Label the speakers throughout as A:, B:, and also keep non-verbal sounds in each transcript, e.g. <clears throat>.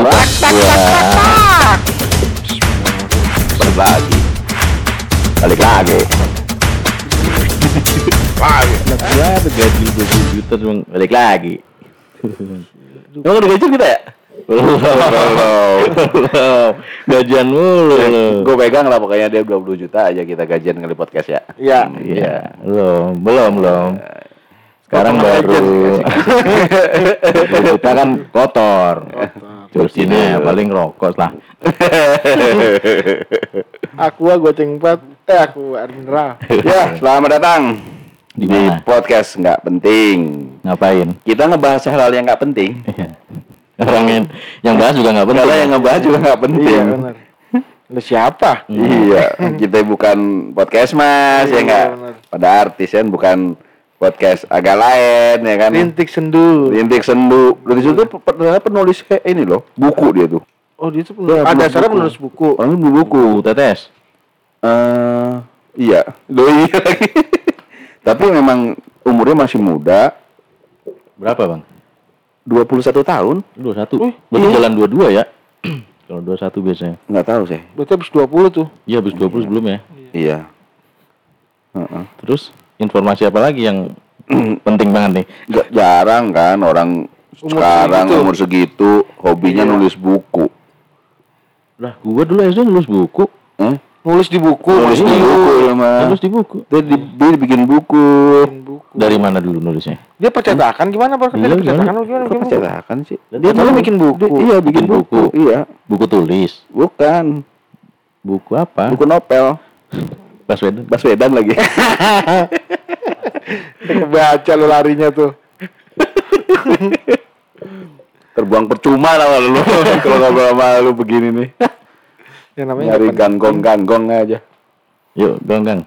A: Iya. berbagi balik lagi
B: Lagi.
A: anak gua ada gaji 20 juta cuma balik lagi Emang udah gajian kita ya? Belum, belum Gajian mulu lu
B: Gue pegang lah pokoknya dia 20 juta aja kita gajian kali podcast ya. <laughs>
C: Iya.
A: Iya, belum, belum, belum Sekarang
B: Potong aja
A: baru
B: sih,
A: 20 juta kan kotor
B: Oh, iya.
A: Kursinya paling rokok lah
C: Aqua Goceng 4 eh aku air mineral.
B: Ya, selamat datang
A: Di
B: di
A: mana?
B: podcast nggak penting.
A: Ngapain?
B: Kita ngebahas hal-hal yang nggak penting. <laughs>
A: Orang yang, yang bahas juga nggak benar
B: Hal yang ngebahas juga nggak penting.
C: Iya benar. Lu siapa?
B: Iya, kita bukan podcast mas ya
C: Iya,
B: nggak.
C: benar.
B: Pada artis kan bukan podcast agak lain ya kan.
C: Rintik sendu.
B: Rintik sendu. Dari situ tuh ternyata penulis kayak ini loh, buku dia tuh.
C: Oh, dia tuh penulis.
B: Iya,
C: Ada
B: penulis
C: cara
B: buku.
C: penulis buku.
B: Orang tuh buku.
A: Tetes
B: eh iya, doi lagi. <laughs> Tapi memang umurnya masih muda,
A: Berapa bang?
B: 21 tahun.
A: 21 Berarti jalan 22 ya? <clears throat> Kalau 21 biasanya
B: Nggak tahu sih.
C: Berarti habis 20 tuh.
A: Iya habis 20 sebelum ya
B: Iya. Heeh. <clears throat>
A: Terus informasi apa lagi yang penting banget nih?
B: Nggak jarang kan orang
C: Umur
B: sekarang
C: segitu.
B: umur segitu hobinya
A: Iya.
B: nulis buku.
A: Lah, gua dulu SD nulis buku,
B: Eh?
C: Nulis di
A: Iya,
C: buku.
B: Nulis di buku ya, Mas.
A: nulis di buku.
B: Dia, di, dia bikin buku.
C: Bikin buku.
A: Dari mana dulu nulisnya?
C: Dia percetakan gimana Pak?
A: Iya,
C: Dia percetakan
A: gimana?
C: lu gimana? bikin buku? <laughs>
B: Percetakan sih.
A: Dia dulu bikin buku.
B: Dia- iya, bikin
A: Bikin
B: buku.
A: buku.
B: Iya.
A: Buku tulis.
B: Bukan.
A: Buku apa?
B: Buku novel.
A: Baswedan.
B: Baswedan
A: <laughs>
B: lagi.
C: Baca lu larinya tuh.
B: Terbuang percuma lah kalau lu <laughs> kalau ngobrol sama lu begini nih.
C: Yang namanya
B: Nyari
C: apa?
B: ganggong-ganggong aja.
A: Yuk, Gang <laughs> Gang.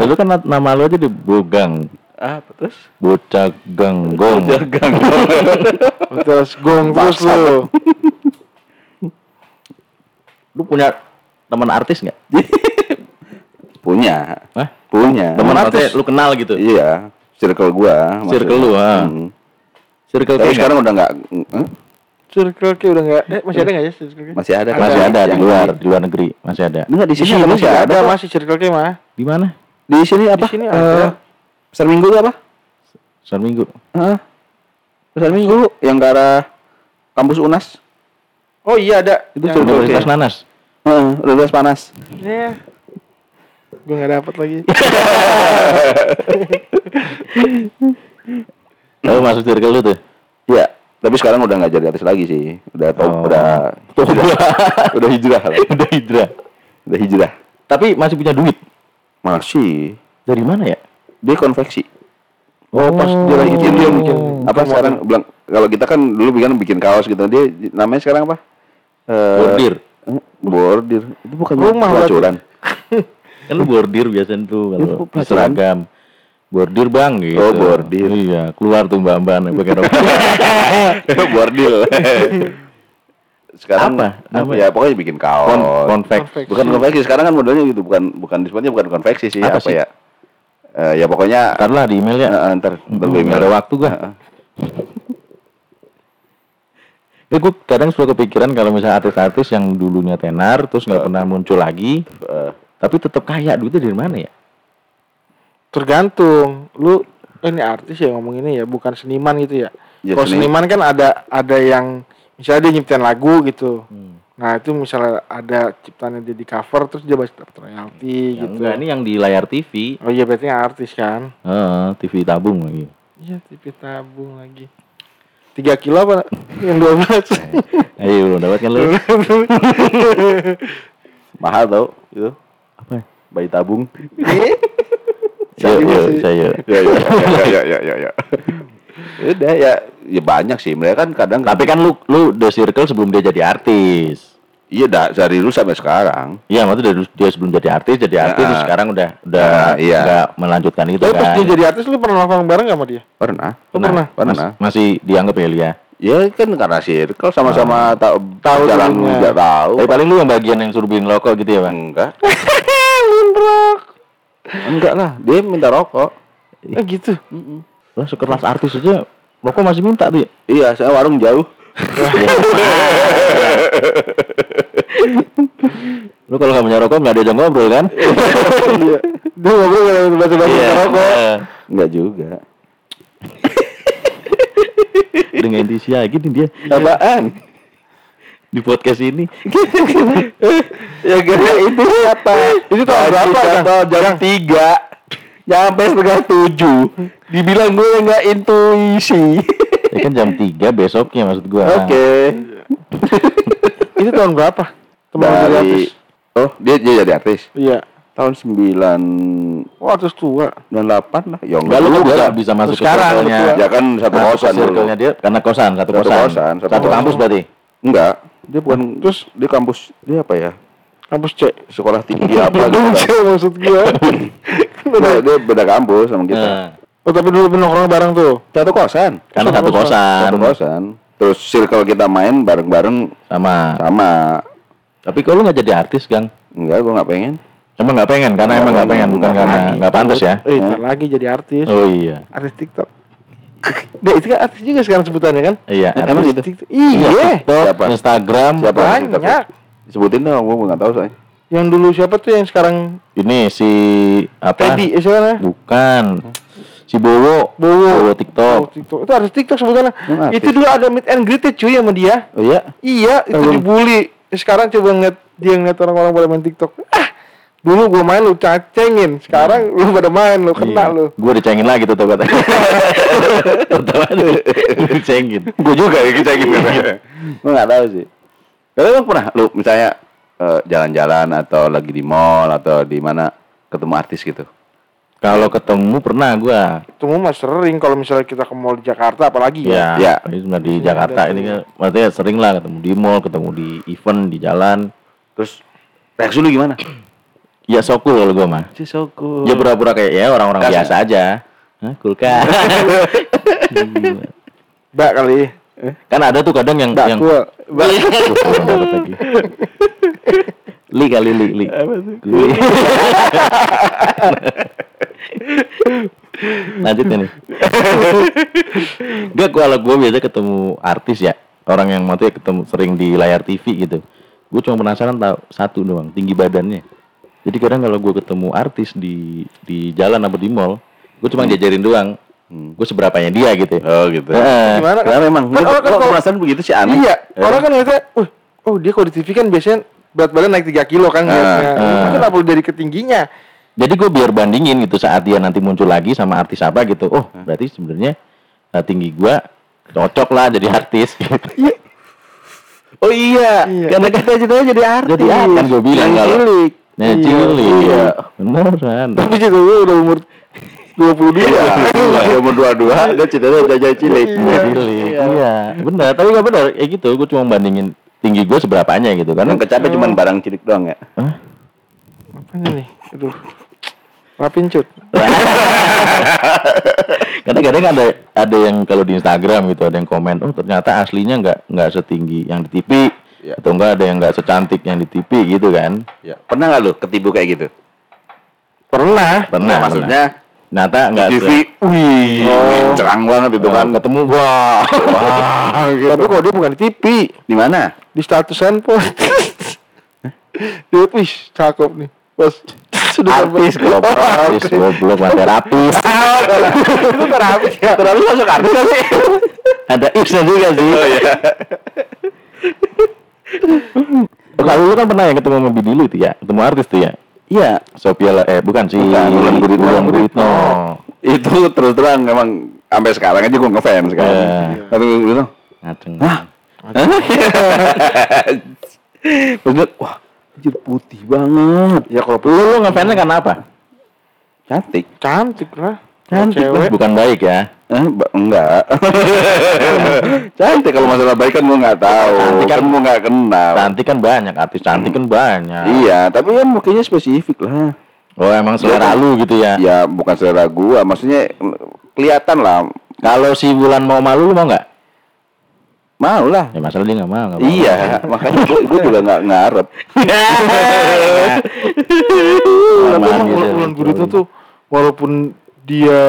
A: Lalu kan nat- nama lu aja di Bogang, Ah,
B: Apa terus?
A: Bocah Ganggong.
C: Oh, Terus gong terus lu.
A: Lu punya teman artis nggak?
B: <laughs> Punya.
A: Hah?
B: Punya.
A: Teman artis lu kenal gitu.
B: Iya, circle gua. maksudnya.
A: Circle lu, ah.
B: Hmm.
A: Circle
B: Tapi
A: kayak
B: sekarang udah nggak eh?
C: Circle K udah enggak eh masih ada enggak ya Circle K?
B: masih ada kan?
A: masih ada di
B: Yang
A: luar, di luar negeri, masih ada.
B: Enggak di
C: Di
B: sini
C: sini
B: masih ada,
C: ada
B: Pak.
C: masih Circle K mah.
A: Di mana?
B: Di sini apa?
C: sini
B: Eh, ya,
C: ada.
B: Pasar Minggu tuh apa?
A: Selama minggu.
B: Heeh. Pasar Minggu yang ke arah kampus Unas.
C: Oh iya ada.
B: Itu
C: Yang-
B: circle K.
A: Universitas Nanas.
B: Heeh, udah beres panas.
A: <laughs>
C: Iya. Gue nggak dapat lagi.
A: Lalu masuk circle lu tuh.
B: Iya, tapi sekarang udah nggak jadi artis lagi sih. Udah tau,
A: Oh. <laughs>
B: udah udah, udah hijrah lah.
A: Udah hidra.
B: Udah hijrah.
A: Tapi masih punya duit.
B: Masih
A: Dari mana ya?
B: dia konveksi.
A: Oh,
B: pas dia lagi dia, dia bikin apa
C: Kamu
B: sekarang bilang kalau kita kan dulu bikin bikin kaos gitu dia namanya sekarang apa Eh,
A: Bordir.
B: eh, bordir itu bukan
C: Rumah berarti.
B: pelacuran
A: Kan lu bordir biasanya tuh kalau
B: Iya,
A: di seragam. Bordir bang gitu.
B: Oh, bordir.
A: Iya, keluar tuh mbak-mbak nih pakai <laughs> rok.
B: bordil sekarang
A: Apa? Apa?
B: ya pokoknya bikin kaos
A: Kon konvek.
C: Konvek.
B: bukan konveksi sekarang kan modelnya gitu bukan bukan disebutnya bukan konveksi sih apa,
A: Apa sih?
B: ya Eh, ya pokoknya
A: Ntar lah di email ya.
B: eh, eh, ntar
A: Hmm,
B: ntar gue
A: nggak
B: email.
A: ada waktu gua.
B: Eh,
A: Ya, gue kadang suka kepikiran kalau misalnya artis-artis yang dulunya tenar terus nggak pernah muncul lagi,
B: eh,
A: tapi tetap kaya duitnya dari mana ya?
C: <laughs> Tergantung. Lu eh, ini artis ya ngomong ini ya, bukan seniman gitu ya.
B: Ya,
C: Kalau
B: seni-
C: seniman kan ada ada yang misalnya dia nyiptain lagu gitu. Nah itu misalnya ada ciptaannya dia di cover terus dia pasti dapat royalti
A: Yang
C: gitu.
A: Ya, enggak, ini yang di layar TV,
C: Oh iya berarti artis kan?
A: Heeh, TV tabung lagi.
C: Iya tipe tabung lagi. Tiga kilo apa? <laughs> Yang dua belas. <laughs>
A: Ayo, dapat kan lu?
B: mahal tau itu
A: Apa?
B: bayi tabung
A: Saya, Iya, saya.
B: ya ya ya ya ya ya, ya. udah ya ya banyak sih mereka kan kadang
A: Tapi kan lu lu The Circle sebelum dia jadi artis.
B: iya dah dari dulu sampai sekarang
A: Iya, maksudnya dari dia sebelum jadi artis, jadi artis
B: Nah.
A: terus sekarang udah udah
B: Nah, iya.
A: nggak melanjutkan itu
C: Tapi
A: kan.
C: pas dia jadi artis lu pernah nongkrong bareng gak sama dia?
B: pernah
C: Lu pernah?
B: Pernah.
A: Oh, Mas- masih dianggap ya Lia.
B: ya kan karena circle sama-sama tahu tahu jalan
C: dulunya.
B: nggak tahu
A: Tapi paling lu yang bagian yang suruh beliin rokok gitu ya, Bang.
B: enggak
C: Nongkrong.
B: enggak lah dia minta rokok
C: Eh gitu.
A: Lah sekelas artis aja rokok masih minta tuh. ya?
B: iya saya warung jauh
A: Lu kalau nggak punya rokok nggak ada jam ngobrol kan?
C: Iya. Dia ngobrol dengan bahasa-bahasa
A: Iya.
C: rokok.
A: Heeh.
B: Enggak juga.
A: Dengan Indonesia gini dia
B: Apaan?
A: di podcast ini. <laughs> Iya,
B: ya gara itu siapa?
C: Itu
B: Tadi
C: tahun berapa, Kang?
B: siapa? Jam
C: Kang?
B: tiga. Nyampe setengah tujuh. Dibilang gue nggak intuisi.
A: Ya kan jam 3 besoknya maksud gua.
B: Oke.
C: Itu tahun berapa? Teman jadi artis.
B: Dari Oh, dia, dia jadi artis.
C: Iya.
B: Tahun sembilan
C: Oh, artis tua.
B: sembilan delapan lah. Ya
A: Enggak lu kan
B: juga.
A: bisa, bisa masuk ke
C: Sekarang,
A: circle-nya.
C: betul.
B: Ya kan satu
A: Masuk ke
B: kosan dulu.
A: circle-nya dia karena kosan, satu,
B: Satu
A: kosan.
B: kosan, satu
A: satu
B: kosan.
A: kampus berarti.
B: Enggak. Dia bukan terus di kampus dia apa ya?
C: Kampus C.
B: Sekolah <laughs> tinggi apa gitu.
C: Gedung C
B: kan.
C: maksud gua.
B: Dia, dia beda kampus sama kita.
A: Nah,
C: Oh, tapi dulu nongkrong bareng tuh.
B: Satu kosan.
A: karena
C: Satu
A: satu
C: kosan.
A: kosan.
B: Satu kosan. Terus circle kita main bareng-bareng
A: Sama.
B: sama
A: Tapi kalau lu nggak jadi artis, Gang.
B: enggak gue nggak pengen
A: Emang nggak pengen, karena
B: Nggak
A: emang nggak pengen,
B: pengen,
A: bukan
B: nggak
A: karena
B: pengen.
A: nggak pantas ya.
C: Eh, ntar lagi jadi artis.
A: Oh iya,
C: Artis TikTok. <laughs> Dia itu kan artis juga sekarang sebutannya kan?
A: iya.
B: Emang
A: artis.
B: gitu?
C: TikTok. Iya.
A: TikTok,
B: Siapa?
A: Instagram,
B: Siapa?
C: Banyak.
B: sebutin dong gue nggak tahu saya
C: Yang dulu siapa tuh yang sekarang
A: ini si apa?
C: Teddy, eh, siapa namanya?
A: Bukan. Si Bowo.
C: Bowo.
A: TikTok.
C: Oh, TikTok. Itu harus TikTok sebutannya.
B: Hmm, artis.
C: itu dulu ada meet and greet ya, cuy sama dia.
B: oh iya
C: Iya, itu
B: Belum.
C: dibully. Eh, Sekarang coba ngeliat dia ngeliat orang-orang pada main TikTok. Ah, dulu gua main lu cacengin. Sekarang lu pada main lu kena lu.
A: Gue dicengin lagi tuh tobat. Tetap aja gua dicengin. Iya.
B: gue juga ya kita gitu gue nggak tahu sih kalau emang pernah lu misalnya eh, jalan-jalan atau lagi di mall atau di mana ketemu artis gitu
A: Kalau ketemu pernah gua.
C: Tunggu mas sering kalau misalnya kita ke mall di Jakarta apalagi
A: Ya,
C: ya.
B: Ya.
A: ini sebenarnya di
C: Iya,
A: Jakarta
C: ada
A: ini
C: tuh.
A: kan maksudnya sering lah ketemu di mall, ketemu di event, di jalan.
B: terus reaksi lu gimana
A: Ya so cool kalau gua mah.
B: si soku
A: Ya pura-pura kayak ya orang-orang
B: Kas-
A: biasa aja. Hah, cool kan?
C: Mbak kali.
A: kan ada tuh kadang yang
C: Mbak
A: yang Iya,
C: gua.
A: Wah, orang dapat lagi. Li kali li li. Li. Lanjutnya nih. Gak kalau gue biasa ketemu artis ya orang yang mati ketemu sering di layar TV gitu. Gue cuma penasaran tahu satu doang tinggi badannya. Jadi kadang kalau gue ketemu artis di di jalan atau di mall, gue cuma jajarin doang. Gue seberapanya dia gitu.
B: oh gitu
A: Heeh.
C: Gimana kan?
B: Karena memang
C: Kan
B: lu
C: orang kan
B: lu
C: kalau-
B: perasaan begitu sih aneh
C: Iya,
B: Eh,
C: orang kan ngeliatnya, wah, oh dia kalau di TV kan biasanya berat badan naik 3 kilo kan ngeliatnya.
A: ah.
C: Itu kenapa lu dari ketingginya?
A: Jadi gue biar bandingin gitu saat dia nanti muncul lagi sama artis apa gitu. Oh, berarti sebenarnya eh, tinggi gua cocok lah jadi artis. <laughs> gitu.
B: oh iya
C: Iya. Kan
B: karena kata aja jadi artis
A: jadi artis gue kan bilang
C: Yang
A: kalau
C: cilik.
A: Nah,
C: Iya.
A: cilik.
C: Iya.
A: Beneran.
C: Tapi gitu gue udah umur 22
B: Iya, dia umur dua-dua, dia ceritanya udah jadi cilik.
C: Iya.
A: Cilik. Iya, benar. Tapi gak benar. Ya gitu, gue cuma bandingin tinggi gue seberapanya gitu
B: Karena
A: kan. <laughs>
C: Iya.
B: kecapnya cuma barang cilik doang ya.
C: Apanya nih? Aduh. Rapin cut.
A: Kadang-kadang ada ada yang kalau di Instagram gitu ada yang komen, oh ternyata aslinya nggak nggak setinggi yang di TV
B: Iya.
A: atau enggak ada yang nggak secantik yang di TV gitu kan.
B: Pernah nggak lu ketipu kayak gitu?
C: Pernah.
A: Pernah.
B: Iya, maksudnya
A: pernah. ternyata nggak
B: TV,
A: se-
B: wih,
A: Oh.
B: cerang banget itu kan.
A: Kalau ketemu wah
B: Wah,
C: Tapi kalau dia bukan di TV,
B: di <laughs> mana?
C: di status handphone. dia tuh "Ih, cakep nih. Pas sudah
B: Artis,
C: sampai-
B: goblok.
A: <laughs> artis goblok mah <laughs> terapis
C: Itu terapis ya.
B: Terlalu masuk artis kan sih?
A: ada ipsnya juga sih
B: Oh iya.
A: kalau lu kan pernah ya ketemu sama Bidi lu itu ya ketemu artis tuh ya
B: Iya,
A: Sophia La- eh bukan sih
B: Bukan, Wulan Guritno.
A: Wulan Guritno.
B: itu terus terang emang sampai sekarang aja gue ngefans sekarang.
A: Iya.
B: Tapi gue bilang,
A: Ngaceng.
B: <laughs> terus dia, wah, anjir, putih banget.
C: Ya kalau
A: lu lu ngefansnya karena apa
B: Cantik.
C: cantik lah.
B: Cantik
C: Cewek.
A: bukan baik ya
B: Eh, ba- <laughs> enggak. cantik kalau masalah baik kan gue nggak tahu,
A: Cantik kan-
B: kan gue nggak kenal.
A: cantik kan banyak artis cantik kan banyak
B: Iya, tapi kan mukanya spesifik lah.
A: oh emang selera lu gitu ya
B: Ya bukan selera gua, maksudnya mm, kelihatan lah.
A: kalau si Bulan mau malu lu mau nggak
B: Mau lah.
A: ya masalah dia nggak mau nggak mau.
B: <laughs> Iya, makanya gua, gua juga nggak ngarep.
A: Nah,
C: Tapi
A: Kelamaan
C: emang
A: gitu
C: Ulan
A: ya,
C: Ulan Guritno tuh walaupun dia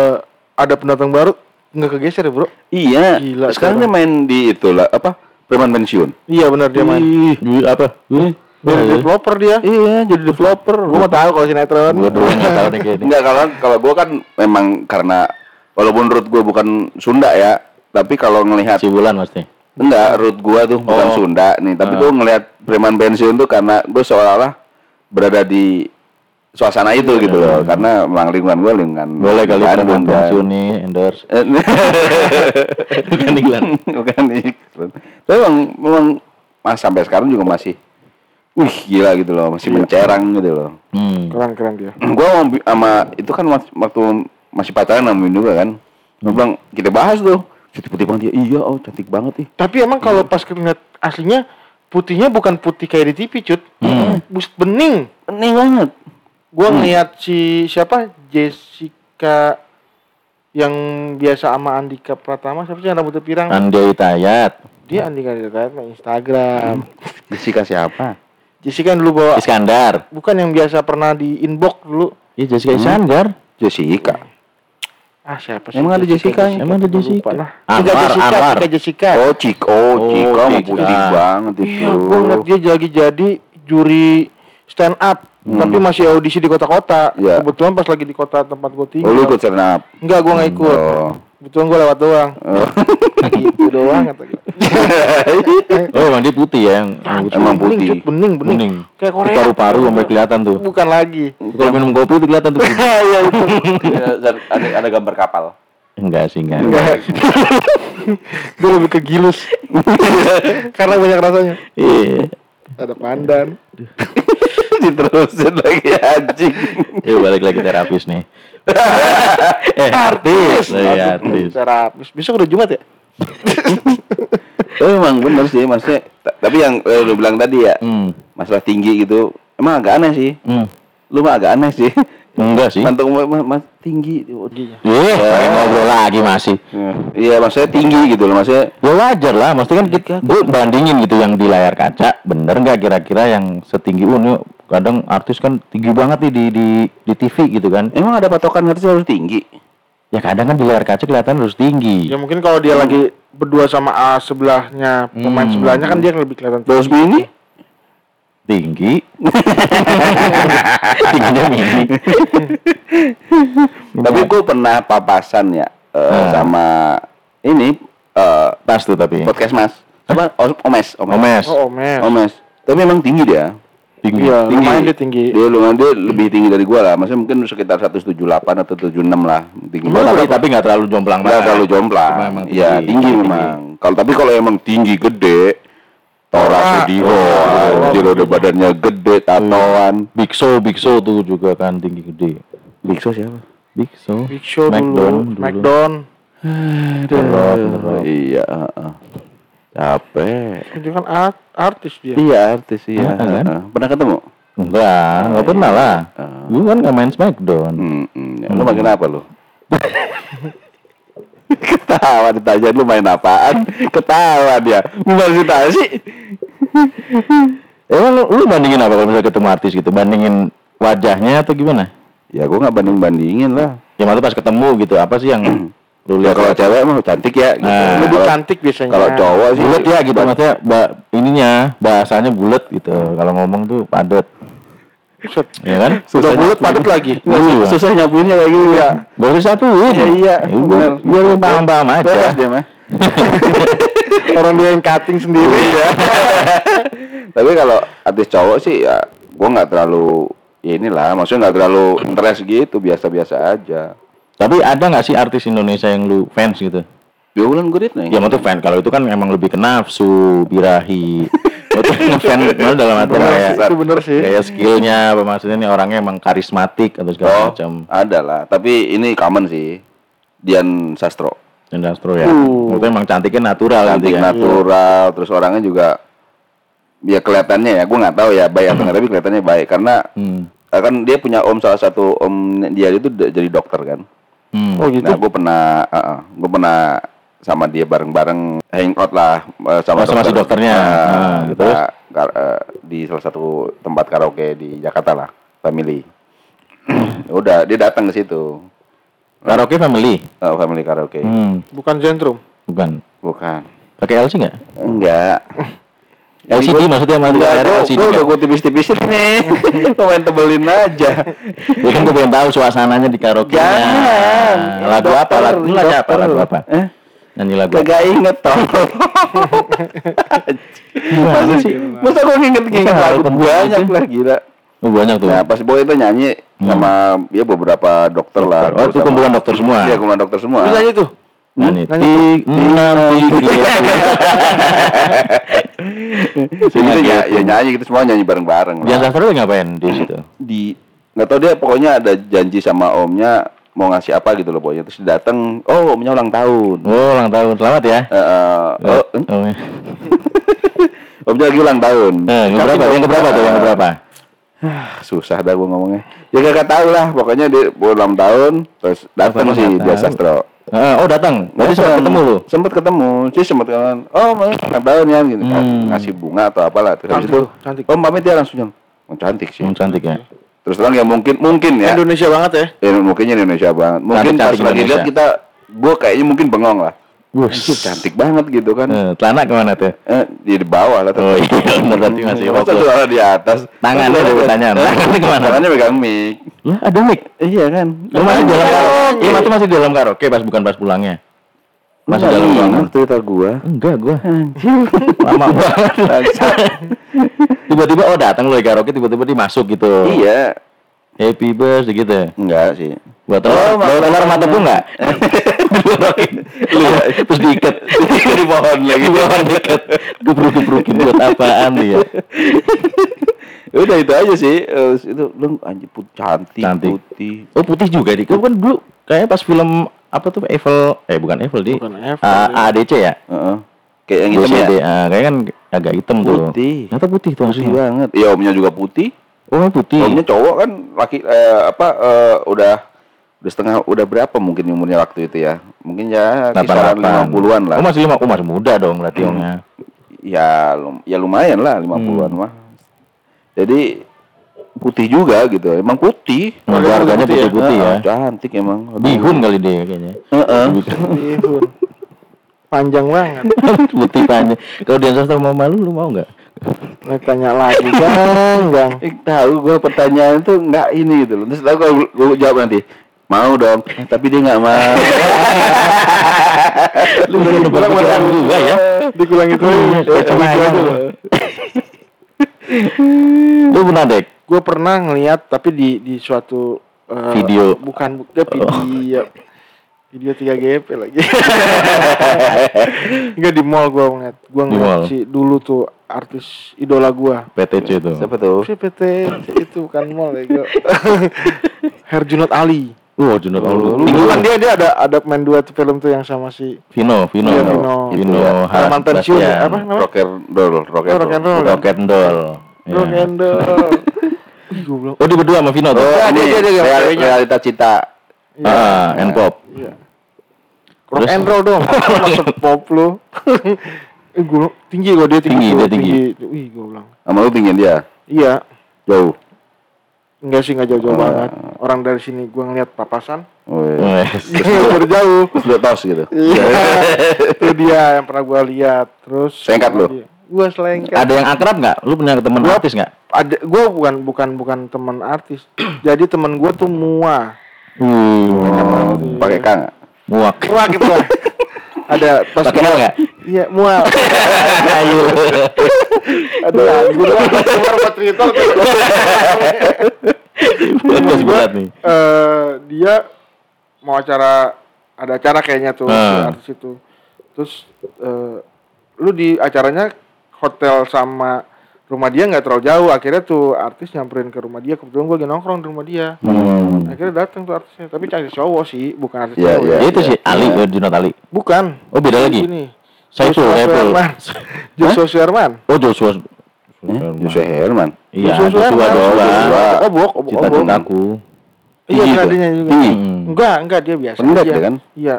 C: ada pendatang baru nggak kegeser ya bro
B: Iya.
C: Gila,
B: sekarang dia main di itulah apa? preman pensiun.
C: Iya benar dia main.
A: Ih, di- apa? Ih,
C: Jadi
A: iya.
C: developer dia.
B: Iya, jadi developer.
C: Gue mau tahu kalau sinetron.
A: Gua doang nggak tahu nih kayaknya.
B: Enggak kalau kalau gue kan memang karena walaupun root gue bukan Sunda ya, tapi kalau ngelihat
A: Cibulan pasti.
B: enggak root gue tuh bukan
A: Oh.
B: Sunda nih, tapi
A: Ah.
B: gue ngelihat preman pensiun tuh karena gue seolah-olah berada di suasana itu gitu loh, karena memang lingkungan gue lingkungan
A: Boleh kali
B: lingkungan
A: Prabun
B: Sunda.
A: Pensiun nih endorse.
C: <laughs>
A: Bukan iklan.
B: bukan iklan. Tapi memang, memang mas sampai sekarang juga masih, wih gila gitu loh,
C: Iya.
B: masih mencerang gitu loh.
A: Hmm.
C: Keren keren dia.
B: gua sama, Bi- sama itu kan mas- waktu masih pacaran sama Windu juga kan
C: Hmm.
B: gua bilang kita bahas tuh tiba-tiba dia iya oh cantik banget ih
C: Tapi emang kalau pas ngeliat aslinya putihnya bukan putih kayak di TV cut. Buset bening.
B: aneh banget
C: Gua
B: Hmm.
C: ngeliat si siapa Jessica yang biasa sama Andika Pratama siapa sih yang rambutnya pirang?
A: Andai Tayat,
C: dia Andika Pratama
B: Hmm.
C: Instagram.
B: Jessica siapa
C: Jessica yang dulu bawa
A: Iskandar.
C: bukan yang biasa pernah di inbox dulu.
A: Iya Jessica Iskandar.
B: Jessica
C: Ah siapa sih?
B: Emang ada Jessica-nya?
A: Emang ada Jessica?
C: Lupa lah.
A: Anwar,
C: Tiga Jessica,
A: Anwar.
C: tiga Jessica.
B: oh gitu. Ciko oh,
A: Oh,
B: Cika mau
A: Cika.
B: putih banget itu
C: Iya, gua ngeliat dia lagi jadi juri stand up, tapi masih audisi di kota-kota.
B: Hmm. Iya.
C: Kebetulan pas lagi di kota tempat gue
B: oh,
C: tinggal.
B: lu ikut stand up
C: Enggak, gua nggak ikut. <laughs>
B: Oh. <laughs>
C: Kebetulan gua lewat doang.
B: Oh.
C: gitu doang kata gua.
A: Oh emang dia putih ya yang yang putih.
B: Emang
C: Bening,
B: putih.
C: cut, bening, bening,
A: Bening.
C: Kayak Korea.
A: Paru-paru sampai kelihatan tuh.
C: Bukan lagi.
A: Kalau minum kopi itu kelihatan tuh. <laughs> putih.
C: Iya, itu.
B: Iya, ada, ada gambar kapal
A: Enggak sih enggak.
C: Gua lebih ke gilus. <laughs> Karena banyak rasanya.
A: Iya.
C: Ada pandan.
B: <laughs> diterusin lagi <laughs> anjing
A: Yuk Iya, balik lagi terapis nih. eh artis,
B: iya,
A: eh, artis.
C: Terapis. Besok udah Jumat ya?
B: tapi emang Eh, bener sih maksudnya ta- tapi yang eh, lu bilang tadi ya
A: Hmm.
B: masalah tinggi gitu emang agak aneh sih
A: Hmm.
B: lu mah agak aneh sih
A: Enggak sih.
B: Mantung mas, mas tinggi.
C: Iya.
A: Eh, pengen ngobrol lagi masih.
B: Iya, maksudnya tinggi gitu loh, maksudnya.
A: Ya wajar lah, maksudnya kan
B: Iya,
A: kita gue bandingin gitu yang di layar kaca, bener nggak kira-kira yang setinggi Unyu? Kadang artis kan tinggi banget nih di di di TV gitu kan.
B: Emang ada patokan harus harus tinggi.
A: Ya kadang kan di layar kaca kelihatan harus tinggi.
C: Ya mungkin kalau dia lagi berdua sama A sebelahnya, pemain
A: Hmm.
C: sebelahnya kan dia yang lebih kelihatan.
B: Terus ini
A: Tinggi. <laughs> Tingginya mini.
B: tapi gue pernah papasan ya eh,
A: Ah.
B: sama ini eh,
A: Tas tuh tapi.
B: podcast Mas. Apa O- Omes, Omes.
A: Omes.
C: Oh, men.
B: Omes. Tapi emang tinggi dia.
A: Eh, Tinggi.
C: Iya, lumayan dia tinggi.
B: Dia lumayan dia lebih tinggi dari gua lah. Maksudnya mungkin sekitar 178 atau 76 lah tinggi.
A: Gua tapi tapi nggak terlalu jomplang
B: Enggak
A: banget.
B: terlalu jomplang.
A: Cuma emang
B: Iya,
A: tinggi.
B: tinggi
A: Tinggi.
B: memang. Kalau tapi kalau emang tinggi gede,
C: Tora.
B: torak di anjir udah badannya gede tatoan.
A: Big Show, Big Show tuh juga kan tinggi gede.
B: Big siapa?
A: Big Show.
C: Big Show
A: Smackdown
C: dulu, Smackdown.
A: Rock, rock.
B: Iya, heeh. Capek.
C: Dia kan art- artis dia.
B: Iya, artis
A: Iya,
B: iya.
A: kan?
B: heeh. Pernah ketemu?
A: Enggak, enggak pernah lah. Lu kan nggak main Smackdown.
B: Oh, iya. Ah. Hmm, hmm. Ya, Lu makin apa lu? Ketawa ditanya lu main apaan? Ketawa dia. Masih tahu sih.
A: Emang Eh, lu, lu bandingin apa kalau misalnya ketemu artis gitu? Bandingin wajahnya atau gimana?
B: Ya gua nggak banding-bandingin lah.
A: Ya maksudnya pas ketemu gitu, apa sih
B: <clears throat>
A: yang lu
B: Ya
A: lihat?
B: kalau cewek mah cantik ya gitu.
A: Nah.
C: Lebih
B: Kalau-
C: cantik ya. biasanya.
B: Kalau cowok sih
A: bulat ya gitu maksudnya ba- ininya bahasanya bulat gitu. Kalau ngomong tuh padat.
C: Buset.
A: Ya
B: <laughs>
A: kan?
C: Udah bulat padat lagi.
A: Iya.
B: susah nyapuinnya kayak gini
C: Iya.
B: ya.
A: Gak usah satuin.
B: Ya, iya.
A: Iya, Iya, lu paham-paham
B: Beres
A: <laughs> aja.
B: dia mah.
C: <laughs> Orang dia yang cutting sendiri. <laughs>
B: Iya. Tapi kalau artis cowok sih ya gua nggak terlalu ya inilah maksudnya nggak terlalu interest gitu biasa-biasa aja.
A: <laughs> Tapi ada nggak sih artis Indonesia yang lu fans gitu?
B: Dua bulan gue dit
A: Ya maksudnya fan kalau itu kan emang lebih ke nafsu,
B: <laughs>
A: birahi. Maksudnya ngefan malah dalam arti
B: Bener
A: kayak
B: sih,
C: itu bener sih.
A: kayak skillnya apa maksudnya nih orangnya emang karismatik atau segala
B: Oh,
A: macam.
B: ada lah. Tapi ini common sih. Dian Sastro.
A: Dian Sastro ya.
C: Uh.
A: Maksudnya emang cantiknya natural
B: Cantik
A: gitu ya.
B: natural, terus orangnya juga ya kelihatannya ya, gue nggak tahu ya baik atau nggak, tapi kelihatannya baik karena
A: Hmm.
B: eh, kan dia punya om salah satu om dia itu d- jadi dokter kan.
A: Hmm.
C: Oh gitu.
B: Nah, gue pernah, gue pernah sama dia bareng-bareng hangout lah eh, sama
A: Oh, sama si dokternya.
B: Nah,
A: Nah,
B: kita
A: terus?
B: kar- eh, di salah satu tempat karaoke di Jakarta lah, family. <clears throat> Udah, dia datang ke situ,
A: Karaoke family.
B: eh, family karaoke.
A: Hmm.
C: Bukan Zentrum.
A: Bukan.
B: Bukan.
A: Pakai LC nggak?
B: Enggak.
A: LCD
B: Gua-
A: maksudnya sama
B: Enggak,
A: layarnya
B: gua-
A: LCD
B: gua
A: kan?
B: udah gue tipis-tipisin nih. <laughs> Lu main tebelin aja.
A: Ya kan gue pengen tahu suasananya di karaoke.
B: Jangan.
A: Lagu apa?
B: Dokter,
A: Lagu lagu apa?
B: dokter.
A: Lagu apa?
B: Eh?
A: Nyanyi lagu. apa?
B: Kagak inget tau. Masa
A: sih?
B: sih? Masa gue nginget-nginget
A: Iya,
B: lagu
A: lagu
B: banyak
A: itu.
B: lah gila.
A: Oh, banyak tuh.
B: Nah, pas boy itu nyanyi sama ya beberapa dokter lah.
A: Oh, itu
B: Sama-
A: kumpulan dokter semua?
B: Iya, kumpulan dokter semua.
C: Terus aja tuh.
A: Nyanyi.
C: Nyanyi.
A: Tiga, enam
B: <laughs>
A: tujuh.
B: Jadi itu ya, ya nyanyi gitu semua nyanyi bareng-bareng. lah.
A: Dian Sastro lagi ya, ngapain di situ?
B: di nggak tahu dia pokoknya ada janji sama omnya mau ngasih apa gitu loh pokoknya terus datang oh omnya ulang tahun
A: Oh, ulang tahun. Selamat ya.
B: Eh, eh, oh, eh,
A: Oh, ya.
B: <laughs> omnya lagi ulang tahun
A: Eh, yang keberapa? Yang keberapa tuh? Yang keberapa?
B: susah dah gua ngomongnya ya gak tahu lah pokoknya dia mau ulang tahun terus datang
A: Apa
B: sih
A: ulang
B: dia
A: tahun?
B: sastro
A: Eh, oh, datang. Berarti sempat ketemu lu.
B: sempet ketemu sih sempet kenalan oh mas ulang tahun ya gitu
A: Hmm.
B: ngasih bunga atau apalah terus habis itu
C: Cantik, cantik.
B: om pamit dia langsung yang "Oh, cantik sih
A: Hmm, cantik ya.
B: terus terang ya mungkin mungkin ya
C: Indonesia banget ya.
B: Ya, mukanya di Indonesia banget. Mungkin pas
A: Cantik-cantik
B: lagi
A: Indonesia.
B: lihat kita, gue kayaknya mungkin bengong lah.
A: Wus.
B: Anjir, cantik banget gitu kan.
A: Eh, celana kemana tuh?
B: Eh, di di bawah lah. <laughs>
A: Oh, iya, bener, berarti masih
B: Masa
A: fokus.
B: celana di atas. Eh,
A: Tangannya ada pertanyaan. Tangannya kemana?
B: Tangannya pegang mic.
A: Lah, ada mic.
B: Iya kan.
A: Lu masih di dalam karaoke. Iya, masih masih di dalam karaoke pas bukan pas pulangnya. Masih dalam
B: iya,
A: ruangan.
B: cerita gue.
A: Enggak, gua.
B: <laughs>
A: Lama banget. tiba-tiba oh datang lu di karaoke tiba-tiba dia masuk gitu.
B: Iya.
A: Happy birthday gitu.
B: Enggak sih.
A: Gua telur,
B: malah-
A: bawa telur mata pun
B: <laughs>
A: enggak?
B: Eh.
A: ya, terus diikat
B: Di pohon lagi.
A: di bawah diikat. Gebruk-gebrukin buat apaan dia?
B: Ya Udah itu aja sih. Eh, itu lu anjir put cantik,
A: Cantik.
B: putih.
A: Oh, putih juga di. Kan dulu kayaknya pas film apa tuh Evil eh bukan Evil di
C: Bukan Eiffel,
A: A-
C: di-
A: AADC ya?
B: Heeh. Kayak yang hitam ya.
A: Hitam ya? kayaknya kan agak hitam tuh.
B: Putih.
A: Ternyata putih tuh
B: Putih
A: aslinya.
B: banget. Iya, omnya juga putih.
A: Oh, putih.
B: Omnya cowok kan laki eh, apa eh, udah udah setengah udah berapa mungkin umurnya waktu itu ya? Mungkin ya kisaran
A: 88.
B: 50-an lah. Hmm.
A: Oh, masih lima, oh, masih muda dong berarti omnya.
B: Ya lum- ya lumayan lah
A: Hmm.
B: 50-an mah. Jadi putih juga gitu. Emang putih.
A: Emang keluarganya
B: Putih ya.
A: Hmm. putih-putih ya.
B: Ah, Cantik emang.
A: Bihun kali dia kayaknya.
B: Heeh.
C: Ihun. Panjang banget.
A: <laughs> putih panjang. Kalau Dian Sastro mau malu lu mau nggak?
C: Nah, tanya <laughs> lagi. Gang, gang.
B: Eh, tahu gue pertanyaan tuh nggak ini gitu loh. Terus tahu gue, jawab nanti mau dong, Eh, tapi dia nggak mau.
A: <laughs> Lu udah nebak
B: Kurang
A: pikiran
B: makan.
A: gua ya.
C: Dikulangi tuh. iya. Eh,
A: Lu pernah dek?
C: Gue pernah ngeliat tapi di di suatu eh,
A: Video.
C: Bukan bukan video. Video 3 GP lagi. <laughs> Enggak di mall gue ngeliat. Gue
A: mall.
C: ngeliat si dulu tuh artis idola gue.
A: PTC itu.
B: Siapa tuh?
C: PT itu kan mall ya gue. <laughs> Herjunot Ali.
A: Wah, Junot
B: Oh,
A: Aldo.
C: Dulu kan dia dia ada ada main duet film tuh yang sama si
A: Vino, Vino,
C: Iya,
A: Vino,
C: Vino.
A: Vino,
B: Itu ya.
A: Harald
C: Sama pensiun ya,
A: Sebastian.
C: apa namanya?
B: Rocker roll, rocker
C: Rock and roll.
A: Rock and Roll. Iya.
C: Rock and roll. Ih, goblok.
A: Oh, di berdua sama Vino tuh.
B: Oh,
C: Ada,
B: ini
C: ada, ada, ada.
B: real- realita cinta.
C: Iya.
A: Ah, and pop.
C: Iya. Rock
A: Terus?
C: and roll
A: <laughs>
C: dong. Masuk pop lu. Eh, gua tinggi kok dia
A: Tinggi,
C: tinggi. gua,
A: dia tinggi.
C: Wih, gua bilang.
B: Sama lu tinggiin dia
C: Iya.
B: jauh.
C: Enggak sih, enggak jauh-jauh
B: Ah.
C: banget. Orang dari sini gua ngeliat
A: <laughs>
C: papasan.
B: Wih.
A: Wes.
C: Iya. Berjauh.
B: Oh, iya. Terus lu tos gitu. <laughs>
C: Iya. <laughs> Itu dia yang pernah gua lihat. Terus
B: Selengkat lu?
C: Gua selengkat.
A: Ada yang akrab nggak? Lu punya teman
C: Gua-
A: artis nggak?
C: ada gue bukan bukan bukan teman artis <clears throat> jadi teman gue tuh mua
B: Oh, pakai kang. nggak?
A: Muak.
C: mua gitu
A: <laughs>
C: lah ada pas
A: Pakai L
B: ya?
A: nggak?
C: iya mua
A: <laughs> Ayo.
C: ada
B: Iya,
C: gue keluar buat cerita
A: Podcast berat nih.
C: eh dia mau acara ada acara kayaknya tuh si
A: Ah.
C: artis itu terus eh, lu di acaranya hotel sama rumah dia nggak terlalu jauh akhirnya tuh artis nyamperin ke rumah dia kebetulan gue lagi nongkrong di rumah dia
A: Hmm.
C: akhirnya datang tuh artisnya tapi cari cowok sih bukan artis
B: Iya,
C: cowok
B: iya.
A: Ya, itu sih Ali, yeah. Junot Ali.
C: Bukan.
A: Oh, beda lagi?
C: Ini.
A: Saiful,
C: Joshua
A: Saiful.
C: Suherman. Joshua Suherman.
A: Oh Joshua.
B: Eh, Joshua Herman.
A: Iya,
C: Joshua
A: Joshua
C: Suherman. Oh,
A: Joshua.
B: Joshua.
C: Obok, obok,
A: Cita Hmm.
C: obok.
A: cintaku.
C: Iya,
B: Tinggi
C: tadinya
B: dia.
C: juga.
B: Tinggi.
C: Enggak, enggak dia biasa.
B: Hmm. Pendek
C: aja.
B: dia kan?
C: Iya.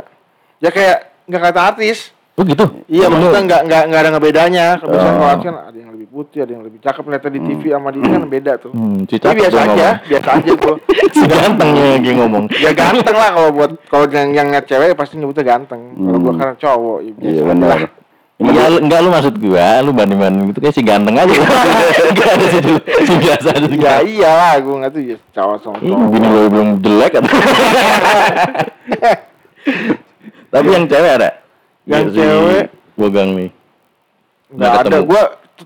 C: Ya kayak enggak kata artis.
A: Oh gitu. Lu-
C: Iya, maksudnya enggak enggak enggak ada ngebedanya.
B: Oh.
C: Kebiasaan kalau artis kan ada yang lebih putih, ada yang lebih cakep lihatnya di TV sama di ini kan beda tuh.
A: Hmm, si
C: Tapi
A: cakep
C: biasa
A: dia
C: aja,
A: ngomong.
C: biasa aja tuh.
A: <laughs> si gantengnya lagi ngomong.
C: Ya ganteng lah kalau buat kalau yang yang ngeliat cewek pasti nyebutnya ya ganteng. Kalau gua
B: Hmm.
C: karena cowok, ya biasa
B: Iya
C: aja
B: benar.
C: lah.
A: Iya, lu- enggak lu maksud gua, lu banding-banding gitu kayak si ganteng
C: <laughs>
A: aja. Enggak ada si, dulu- si biasa aja. Si
C: Ya
A: ganteng.
C: iyalah, gue nggak tuh ya cowok sama
A: Ih,
C: cowok.
A: bini lu belum
C: <laughs>
A: jelek atau? Tapi yang cewek ada.
C: Yang
A: Iya, si
C: cewek?
A: Bogang nih.
C: Nggak
A: Nggak
C: ada.
A: ketemu.
C: Gue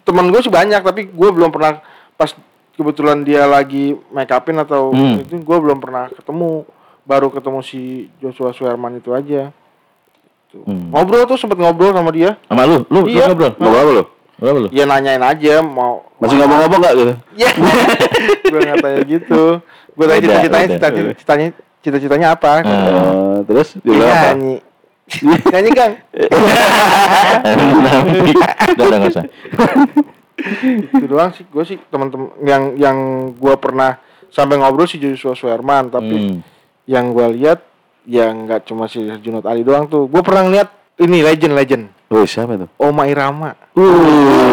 C: teman gue sih banyak, tapi gue belum pernah pas kebetulan dia lagi make upin atau
A: Hmm.
C: itu gue belum pernah ketemu. Baru ketemu si Joshua Suherman itu aja. Tuh.
A: Hmm.
C: Ngobrol tuh sempet ngobrol sama dia.
A: Sama lu, lu, lu
C: Iya.
A: ngobrol.
B: Ngobrol apa lu?
A: Ngobrol lu.
C: Ya nanyain aja mau
B: Masih ngomong-ngomong nggak gitu?
C: Ya. <laughs> gue nggak tanya gitu. Gue tanya
A: Beda,
C: cita-citanya,
A: beda.
C: cita-citanya, cita-citanya apa?
A: Hmm.
B: Oh, terus dia bilang apa?
C: Nyanyi.
B: <laughs>
C: Nyanyi Kang. kan
A: Udah, udah enggak usah.
C: Itu doang sih. Gue sih teman-teman yang yang gue pernah sampai ngobrol si Joshua Suherman, tapi
A: Hmm.
C: yang gue lihat ya nggak cuma si Junot Ali doang tuh. Gue pernah lihat ini legend legend
B: Wih, Oh, siapa itu?
C: Oma Irama. Uh.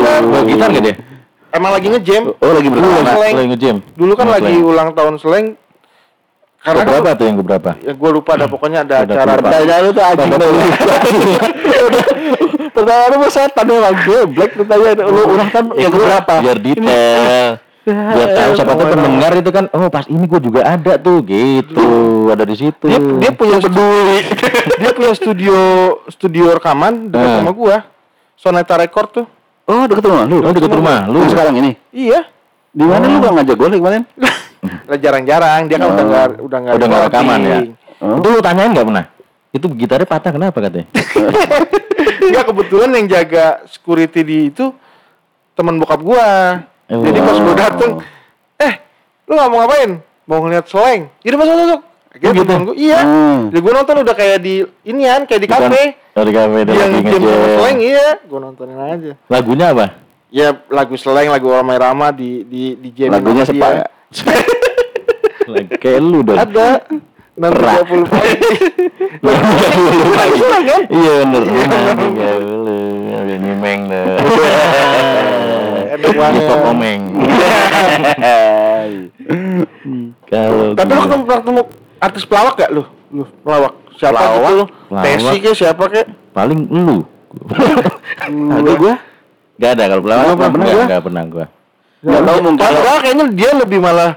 A: Bawa gitar enggak dia?
C: Emang lagi ngejam.
B: Oh, ya? lagi
C: Lu
B: bertanya.
C: lagi- Slang.
A: Lagi nge-gym.
C: Dulu kan
A: Sama
C: lagi
A: Slang.
C: ulang tahun Seleng. Karena kan
A: Keberapa tuh yang keberapa?
C: ya gue lupa ada pokoknya ada
A: Ada
C: acara
A: berapa?
B: lu tuh anjing banget. <laughs> Pertanyaan lu mau setan emang Black pertanyaan lu ulang kan yang berapa?
A: ya, Biar detail. Biar tahu
C: Iya,
A: siapa tuh pendengar itu kan, oh pas ini gue juga ada tuh gitu, ada di situ.
C: dia, Hmm. dia punya peduli <laughs> dia punya studio studio rekaman dekat
A: Eh.
C: sama gua Sonata Record tuh
B: Oh, deket rumah lu.
A: Oh, deket rumah lu. Oh.
B: Yang sekarang ini.
C: iya
B: Di mana lu gak ngajak gue lagi kemarin?
C: lah jarang-jarang dia kan udah nggak udah nggak
A: udah nggak
C: recording.
A: rekaman
C: <laughs>
A: ya.
B: Oh.
A: Itu lu tanyain nggak pernah? Itu gitarnya patah kenapa katanya?
C: Nggak, Ya, kebetulan yang jaga security di itu teman bokap gua
A: Oh.
C: jadi pas gua dateng eh lu nggak mau ngapain mau ngeliat "Iya, seleng jadi masuk masuk Akhirnya
A: gitu?
C: temen gua, iya
B: Hmm.
C: jadi gua nonton udah kayak di inian kayak di
A: Bukan-
C: kafe
A: Dari kafe dia
C: yang
A: lagi
C: jam sama
A: nge-jam.
C: seleng iya gua nontonin aja
A: Lagunya apa?
C: Ya lagu seleng, lagu Ramai Rama di di di jamin
B: Lagunya
C: sama
B: sepak
C: dia.
B: ya?
A: Lagu- Kayak lu dong.
C: <laughs> Ada 630 poin. Iya, kan?
A: <laughs> Iya bener. Iya bener. Udah nyimeng deh.
C: Enak
A: Di
C: banget.
A: toko
C: <laughs>
A: meng. Kalau
C: Tapi lu
A: gue-
C: ketemu pernah ketemu artis pelawak gak lu? Lu pelawak siapa
B: Pelawak?
C: gitu lu?
A: Pelawak.
C: Tesi ke siapa ke?
A: paling lu.
B: Ada gue?
A: Gak ada kalau pelawak
B: Nggak pernah
A: nggak-
B: gua.
A: nggak pernah gua.
B: Gak tau mungkin.
C: Padahal kayaknya dia lebih malah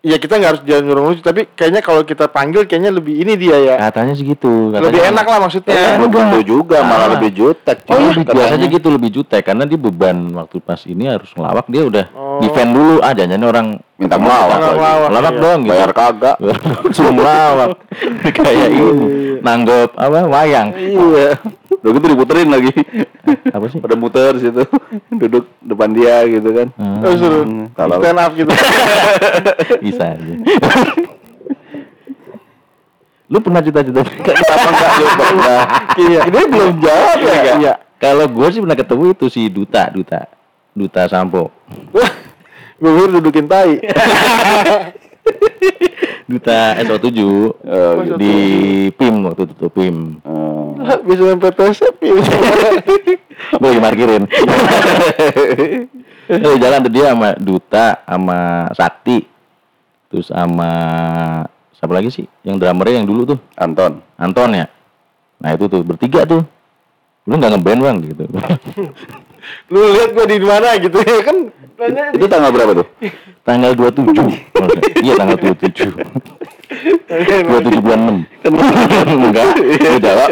C: Ya kita nggak harus dia nyuruh lucu, tapi kayaknya kalau kita panggil kayaknya lebih ini dia ya.
A: Katanya sih gitu. Katanya
C: Lebih enak lah maksudnya.
B: Belum tentu juga, malah
A: Ah.
B: lebih jutek.
A: Iya. Oh,
B: cuman
A: iya,
B: katanya.
A: biasanya gitu lebih jutek karena dia beban waktu pas ini harus ngelawak dia udah
C: Oh.
A: defend dulu ah jangan orang
B: Minta melawak
C: Minta
B: lagi.
C: melawak.
A: ngelawak
C: Iya.
A: dong gitu.
B: Bayar kagak.
A: <laughs> Suruh
B: <laughs>
A: ngelawak kayak ini nanggap apa wayang.
B: Iya. Udah gitu diputerin lagi.
A: Apa sih?
B: Pada muter <laughs> situ. Duduk depan dia gitu kan.
A: Hmm,
C: Terus suruh
B: Hmm, kalau-
C: stand up
B: <laughs>
C: gitu.
A: bisa aja. <laughs> Lu pernah cita-cita <laughs> gitu
B: Kenapa enggak lu pernah?
C: Iya.
B: Ini belum jawab ya?
C: Iya.
B: Iya.
A: Kalau gue sih pernah ketemu itu si duta, duta, duta sampo,
C: Wah, <laughs> gue pikir dudukin tai.
A: Iya. <laughs> duta SO7
B: Oh,
C: gitu.
A: di PIM waktu itu tuh, PIM.
B: Hmm.
C: Bisa sampai ya. pesep
A: gue lagi parkirin Terus jalan tuh dia sama Duta sama Sakti terus sama siapa lagi sih yang drummernya yang dulu tuh
B: Anton.
A: Anton ya nah itu tuh bertiga tuh lu nggak ngeband bang gitu
C: Lu lihat gua di mana gitu ya kan? Nanya
B: Itu tanggal berapa tuh?
A: tanggal 27 kalau nggak- iya tanggal 27 27 bulan 6 enggak
B: Iya.
A: lu jawab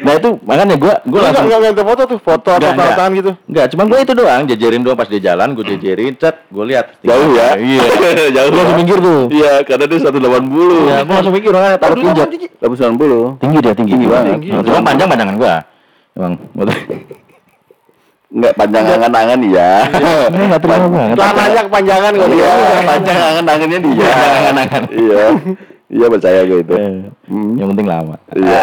A: nah itu makanya gua gua
C: Enggak,
A: langsung
C: enggak minta foto tuh, foto atau
A: Nggak,
C: tanda
A: nggak.
C: tangan gitu.
A: Enggak, cuma gue itu doang, jajarin doang pas dia jalan, gue jajarin, cet, gue lihat.
B: Jauh ya?
A: Iya.
B: <laughs> Jauh.
A: Gue langsung mikir tuh.
B: Iya, karena dia 180.
A: Iya, gue langsung mikir orangnya taruh
C: Aduh,
A: pijat.
C: tinggi.
B: 190.
A: Tinggi dia, tinggi.
B: Tinggi banget.
A: Tinggi. Cuma panjang pandangan gue. Emang, betul.
B: Enggak panjang angan-angan iya.
A: Ini nggak terima banget.
C: Celananya kepanjangan kali ya.
B: Iya, panjang angan-angannya dia.
A: Iya, angan-angan.
B: Iya. Iya percaya gue itu.
A: Eh, Yang penting lama.
B: Iya.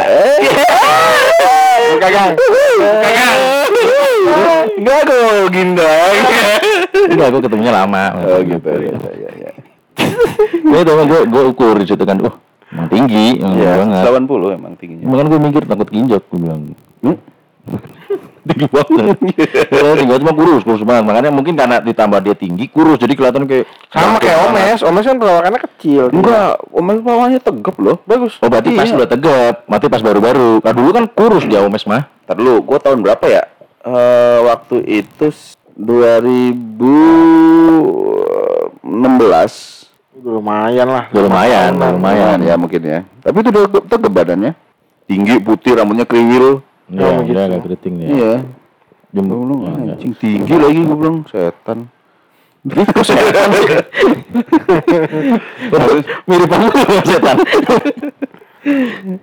C: Kagang.
B: Enggak gue gindang.
A: <laughs> Enggak, gue ketemunya lama. Ya
B: Oh gitu. Iya, iya, iya.
A: Gue tuh gue gue ukur di situ kan, uh, emang tinggi, emang
B: Iya,
A: banget.
B: 180 emang tingginya.
A: kan Makanya gue mikir takut kinjok, gue bilang.
B: Hmm?
A: tinggi banget Soalnya tinggi banget, cuma kurus kurus banget makanya mungkin karena ditambah dia tinggi kurus jadi kelihatan kayak
C: Sama kayak Omes, Omes kan perawakannya kecil.
B: Enggak, omes bawahnya tegap loh.
C: Bagus.
A: oh berarti pas
B: Iya.
A: udah tegap berarti pas baru-baru kan dulu kan kurus dia Omes mah
B: Ntar dulu, gue tahun berapa ya? Eh waktu itu s- 2016
C: Udah lumayan lah.
A: Udah lumayan udah lumayan
B: ya mungkin ya. Tapi itu udah tegap badannya. Tinggi, putih, rambutnya kriwil.
A: Iya,
C: Oh,
A: dia
C: gitu.
A: agak keriting ya.
B: Iya.
A: Jemur.
B: <laughs> Gue bilang,
A: Ya, enggak.
B: anjing tinggi lagi gue bilang setan. Kok setan sih?
A: Mirip banget sama setan.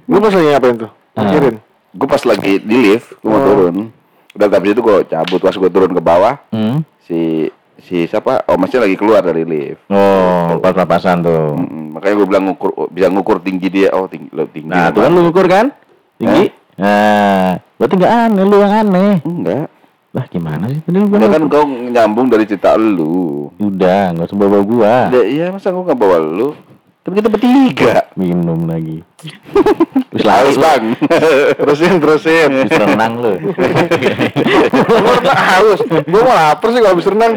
C: Lu pas lagi ngapain tuh?
A: Ah. <laughs>
C: Mikirin.
B: Gue pas lagi di lift, gue mau
C: Hmm.
B: turun. Udah habis itu gue cabut, pas gue turun ke bawah,
A: Hmm.
B: si si siapa? Oh, masih lagi keluar dari lift.
A: Oh, pas-pasan tuh.
B: Mm, makanya gue bilang ngukur bisa ngukur tinggi dia. Oh, tinggi lo tinggi.
A: Nah,
B: banget.
A: tuh kan lu ukur kan? Tinggi. Nah, berarti nggak aneh lu yang aneh.
B: Enggak.
A: Lah gimana sih tadi lu
B: Enggak kan
A: bilang?
B: kau nyambung dari cerita lu.
A: Udah, nggak usah bawa gua.
B: Ya, iya, masa gue nggak bawa lu? Tapi kita bertiga.
A: Minum lagi.
B: <laughs>
A: Wis lari <laughs>
B: Harus
A: lu.
B: bang. terusin, terusin.
A: Wis renang
B: <laughs>
A: lu.
C: Lu renang harus. Gue mau lapar sih kalau habis renang.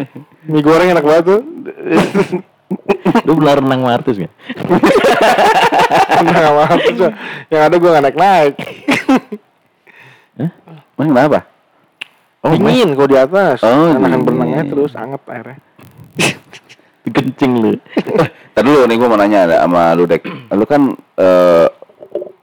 C: Mie goreng enak banget tuh.
A: <laughs> lu pernah renang sama artis nggak?
C: Renang sama ya. apa sih? Yang ada gue gak naik-naik.
B: Emang kenapa?
A: Oh,
C: Dingin kalau di atas.
B: Oh,
C: Enakan
B: dingin.
C: berenangnya terus anget airnya.
A: Dikencing lu.
B: Tadi dulu nih gue mau nanya ada sama lu Dek. Lu kan eh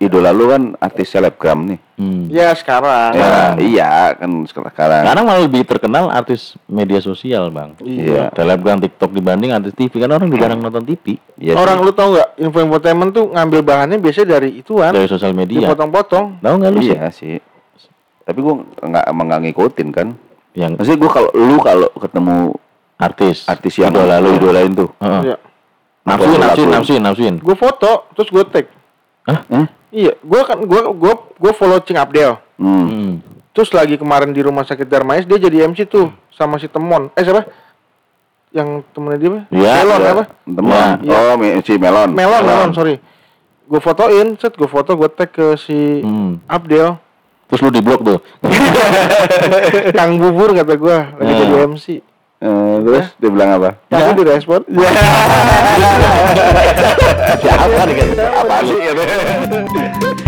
B: idola lu kan artis selebgram nih.
A: Hmm.
C: Ya sekarang.
B: Ya, iya kan sekarang. sekarang.
A: Sekarang malah lebih terkenal artis media sosial, Bang.
C: Iya.
A: Telegram, TikTok dibanding artis TV kan orang juga jarang nonton TV
B: Iya sih.
C: Orang lu tau gak, info infotainment tuh ngambil bahannya biasanya dari ituan,
A: dari sosial
C: Iya,
A: media.
C: dipotong-potong.
A: Tahu nggak lu sih?
B: iya sih. Tapi gue nggak emang nggak ngikutin kan.
A: Yang
B: Maksudnya gue kalau lu kalau ketemu
A: artis.
B: artis yang
A: idola lu idola.
B: idolain tuh.
A: Heeh.
C: Iya.
A: Nafsuin,
B: Idola
A: nafsuin,
B: lu.
A: nafsuin, nafsuin.
C: Gue foto, terus gue tag.
B: Hah?
C: Iya, gue kan gue gue gue follow Cing Abdel.
B: Hmm.
A: Hmm.
C: Terus lagi kemarin di rumah sakit Darmais dia jadi MC tuh sama si Temon. Eh siapa? Yang temennya dia apa?
A: Iya,
C: Melon
B: Iya.
C: apa?
B: Teman.
C: Iya.
B: Oh, me- si Melon.
C: Melon, Melon, sorry. Gue fotoin, set gue foto, gue tag ke si
A: Hmm.
C: Abdel.
A: Terus lu di blok tuh.
C: Kang Bubur kata gue lagi
A: Hmm.
C: jadi MC.
B: <laughs> Eh, terus dia bilang apa?
C: Tapi <laughs>
A: Ya.
C: direspon.
B: Iya. Siapa nih kan? Apa sih?